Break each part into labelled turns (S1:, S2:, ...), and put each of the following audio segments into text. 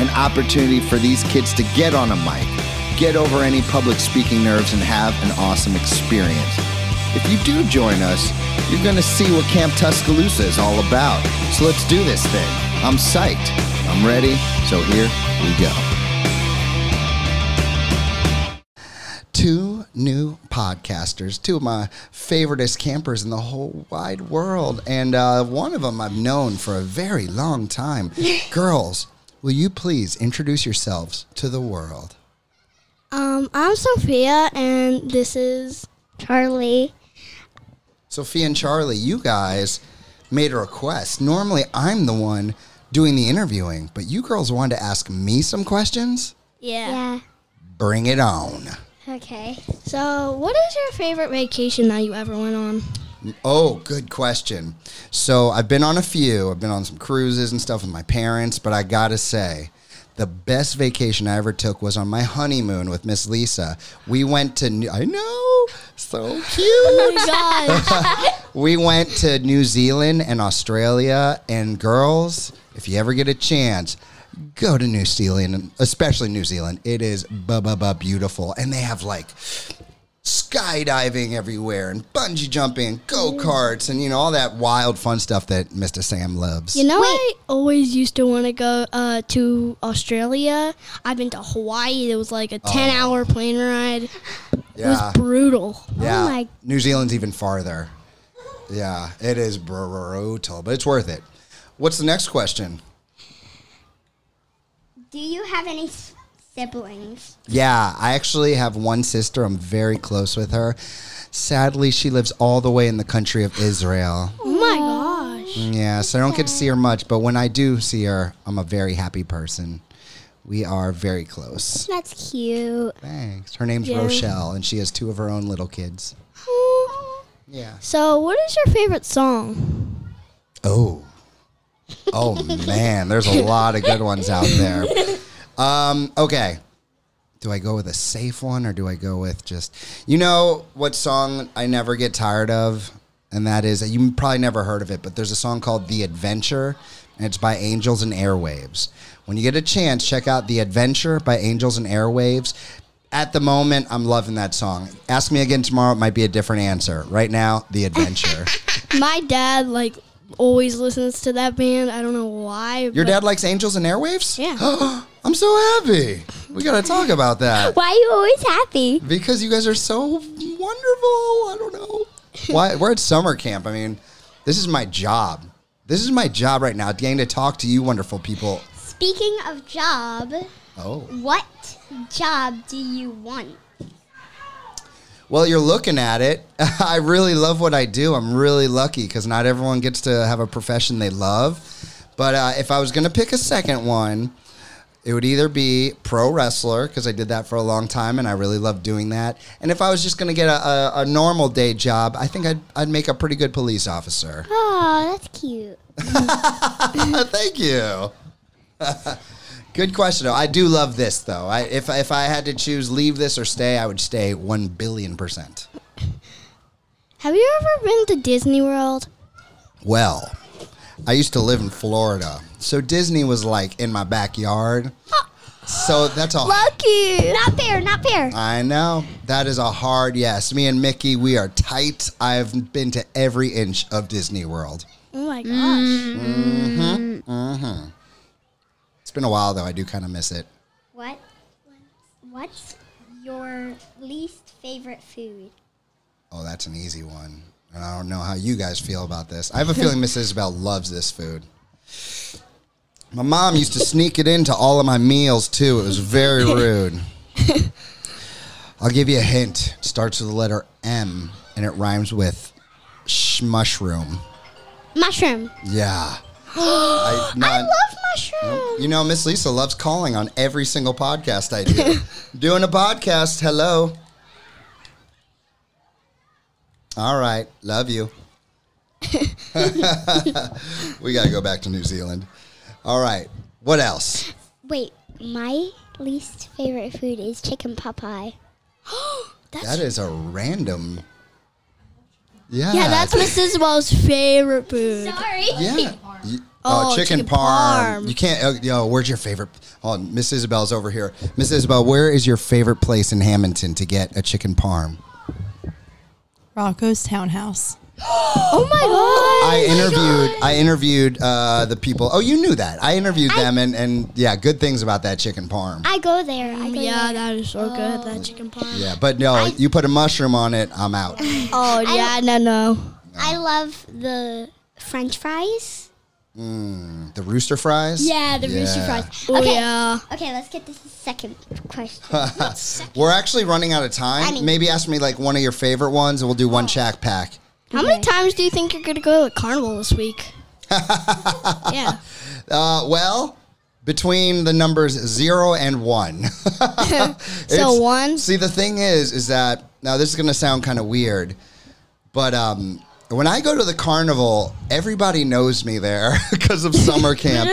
S1: An opportunity for these kids to get on a mic, get over any public speaking nerves, and have an awesome experience. If you do join us, you're going to see what Camp Tuscaloosa is all about. So let's do this thing. I'm psyched. I'm ready. So here we go. Two new podcasters, two of my favoriteest campers in the whole wide world. And uh, one of them I've known for a very long time. Girls, will you please introduce yourselves to the world?
S2: Um, I'm Sophia, and this is Charlie.
S1: Sophia and Charlie, you guys made a request. Normally, I'm the one doing the interviewing, but you girls wanted to ask me some questions?
S2: Yeah.
S1: Bring it on.
S2: Okay. So, what is your favorite vacation that you ever went on?
S1: Oh, good question. So, I've been on a few. I've been on some cruises and stuff with my parents, but I gotta say, the best vacation I ever took was on my honeymoon with Miss Lisa. We went to, New- I know, so cute.
S2: Oh my gosh.
S1: we went to New Zealand and Australia. And girls, if you ever get a chance, go to New Zealand, especially New Zealand. It is ba ba ba beautiful, and they have like skydiving everywhere and bungee jumping and go karts and you know all that wild fun stuff that Mr. Sam loves.
S2: you know, I always used to want to go uh, to Australia. I've been to Hawaii. It was like a 10 hour plane ride. It
S1: Oh. Yeah.
S2: was brutal.
S3: Oh
S1: Yeah.
S2: my-
S1: New Zealand's even farther. Yeah, it is brutal, but it's worth it. What's the next question?
S3: Do you have any s- siblings?
S1: Yeah, I actually have one sister. I'm very close with her. Sadly, she lives all the way in the country of Israel.
S2: Oh my gosh.
S1: Yeah, so I don't get to see her much, but when I do see her, I'm a very happy person. We are very close.
S3: That's cute.
S1: Thanks. Her name's
S2: Yeah.
S1: Rochelle, and she has two of her own little kids. Yeah.
S2: So, what is your favorite song?
S1: Oh. Oh man, there's a lot of good ones out there. Um, okay. Do I go with a safe one or do I go with just you know what song I never get tired of? And that is you probably never heard of it, but there's a song called The Adventure, and it's by Angels and Airwaves. When you get a chance, check out The Adventure by Angels and Airwaves. At the moment, I'm loving that song. Ask me again tomorrow, it might be a different answer. Right now, The Adventure.
S2: My dad, like, always listens to that band. I don't know why.
S1: Your
S2: but-
S1: dad likes angels and airwaves?
S2: Yeah.
S1: I'm so happy. We got to talk about that
S3: Why are you always happy?
S1: because you guys are so wonderful. I don't know. Why we're at summer camp. I mean, this is my job. This is my job right now, getting to talk to you wonderful people.
S3: Speaking of job,
S1: Oh.
S3: what job do you want?
S1: Well, you're looking at it. I really love what I do. I'm really lucky because not everyone gets to have a profession they love. But uh, if I was going to pick a second one, it would either be pro wrestler because I did that for a long time and I really love doing that. And if I was just going to get a, a, a normal day job, I think I'd, I'd make a pretty good police officer.
S3: Oh, that's cute.
S1: Thank you. Good question. though. I do love this though. I, if if I had to choose leave this or stay, I would stay one billion percent.
S2: Have you ever been to Disney World?
S1: Well, I used to live in Florida, so Disney was like in my backyard. So that's all.
S3: Lucky. Not fair. Not fair.
S1: I know. That is a hard yes. Me and Mickey, we are tight. I've been to every inch of Disney World.
S2: Oh my gosh.
S1: It's been a while though. I do kind of miss it.
S3: What? What's your least favorite food?
S1: Oh, that's an easy one. And I don't know how you guys feel about this. I have a feeling Miss Isabel loves this food. My mom used to sneak it into all of my meals too. It was very rude. I'll give you a hint. It starts with the letter M and it rhymes with sh mushroom.
S2: Mushroom.
S1: Yeah. I,
S3: I
S1: not,
S3: love mushrooms.
S1: you know, Miss Lisa loves calling on every single podcast I do. Doing a podcast. Hello. All right. Love you. we got to go back to New Zealand. All right. What else?
S3: Wait, my least favorite food is chicken Popeye.
S2: That's,
S1: That is a random. Yeah.
S2: yeah, that's Mrs. Wells' favorite food.
S3: Sorry.
S1: Yeah. You-
S2: Oh,
S1: chicken,
S2: chicken
S1: parm.
S2: parm.
S1: You can't. Oh, yo, where's your favorite? Hold on, Miss Isabel's over here. Miss Isabel, where is your favorite place in Hamilton to get a chicken parm?
S4: Rocco's townhouse.
S2: Oh my
S1: I interviewed. I interviewed uh, the people. Oh, you knew that. I interviewed them, and and yeah, good things about that chicken parm.
S3: I go there. I go
S2: Yeah,
S3: there.
S2: that is so good.
S1: Oh.
S2: That chicken parm.
S1: yeah, but no, you put a mushroom on it. I'm out.
S2: Oh yeah, no, no.
S3: I love the French fries.
S1: The rooster fries.
S3: Yeah, the rooster
S1: Yeah.
S3: fries.
S2: Oh
S3: Okay.
S2: yeah.
S3: Okay, let's get this second question.
S1: We're actually running out of time.
S3: I mean- Oh.
S1: Maybe ask me like one of your favorite ones, and we'll do one shack pack.
S2: How many times do you think you're gonna go to the carnival this week? yeah.
S1: Uh, well, between the numbers zero and one. It's-
S2: one?
S1: See, the thing is, is that now this is going to sound kind of weird, but um, when I go to the carnival, everybody knows me there because of summer camp.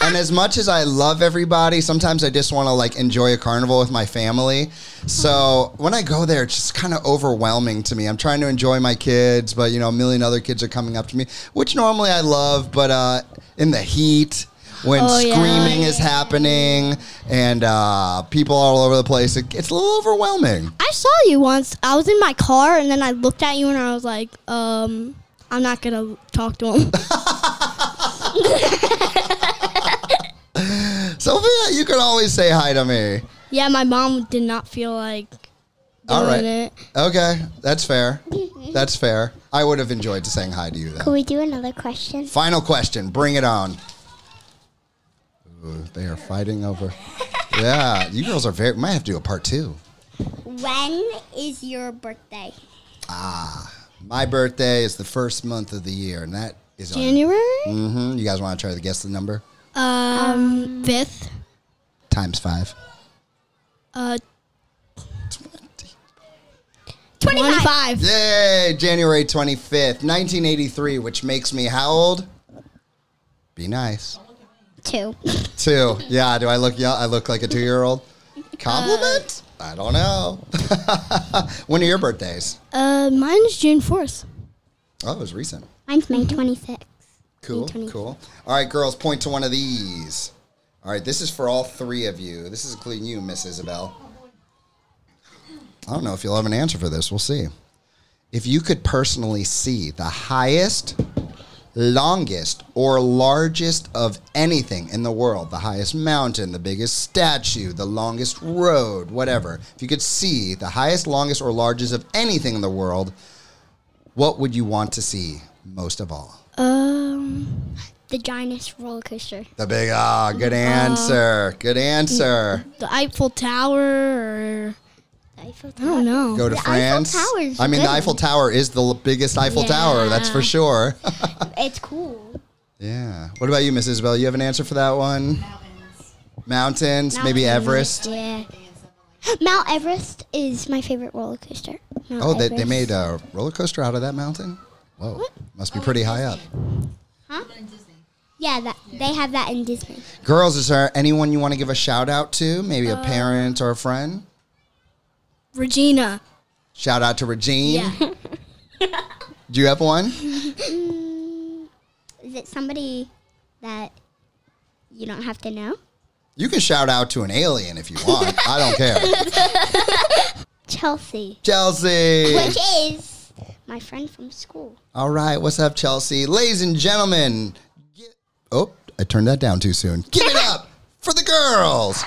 S1: and as much as I love everybody, sometimes I just want to like enjoy a carnival with my family. So when I go there, it's just kind of overwhelming to me. I'm trying to enjoy my kids, but you know, a million other kids are coming up to me, which normally I love, but uh, in the heat. When
S2: Oh, yeah.
S1: screaming is happening and uh, people all over the place, it, it's a little overwhelming.
S2: I saw you once. I was in my car and then I looked at you and I was like, um, I'm not gonna talk to him.
S1: Sophia, you can always say hi to me.
S2: yeah, my mom did not feel like doing
S1: All right.
S2: it.
S1: Okay, that's fair. That's fair. I would have enjoyed saying hi to you though.
S3: Can we do another question?
S1: Final question. Bring it on. Ooh, they are fighting over. Yeah, you girls are very. Might have to do a part two.
S3: When is your birthday?
S1: My birthday is the first month of the year, and that is on-
S2: January?
S1: Mhm. You guys want to try to guess the number? Mm.
S2: Um, fifth.
S1: Times five.
S2: Uh,
S1: Twenty.
S2: 25.
S1: Yay! January 25th, 1983, which makes me how old? Be nice.
S3: Two.
S1: Two. Yeah, do I look young? I look like a two year old? Compliment? I don't know. when are your birthdays?
S2: Uh, mine is June 4th.
S1: Oh, it was recent.
S3: Mine's May 26th.
S1: Cool,
S3: Twenty.
S1: cool. All right, girls, point to one of these. All right, this is for all three of you. This is including you, Miss Isabel. I don't know if you'll have an answer for this. We'll see. If you could personally see the highest, longest, or largest of anything in the world, the highest mountain, the biggest statue, the longest road, whatever, if you could see the highest, longest, or largest of anything in the world, what would you want to see most of all?
S2: Um,
S3: The giantest roller coaster.
S1: The big ah, good answer. good answer.
S2: the Eiffel Tower or
S3: The Eiffel
S2: I don't
S3: Tower.
S2: know.
S1: Go to
S3: The Eiffel
S1: France.
S3: Tower is
S1: I mean, the
S3: good.
S1: Eiffel Tower is the l- biggest Eiffel Tower. That's for
S2: Yeah.
S1: sure.
S3: It's cool.
S1: yeah. What about you, Miss Isabel? You have an answer for that one? Mountains, maybe Everest.
S3: Yeah. Mount Everest is my favorite roller coaster. Mount
S1: Oh, they, they
S3: Everest.
S1: made a roller coaster out of that mountain. Whoa, must be pretty high up.
S3: Yeah, that, they have that in Disney.
S1: Girls, is there anyone you want to give a shout out to? Maybe a parent or a friend.
S2: Regina.
S1: Shout out to Regine. Do you have one?
S3: Is it somebody that you don't have to know?
S1: You can shout out to an alien if you want. I don't care.
S3: Chelsea,
S1: Chelsea.
S3: which is my friend from school.
S1: All right, what's up, Chelsea? Ladies and gentlemen, get, oh, I turned that down too soon. Give it up for the girls.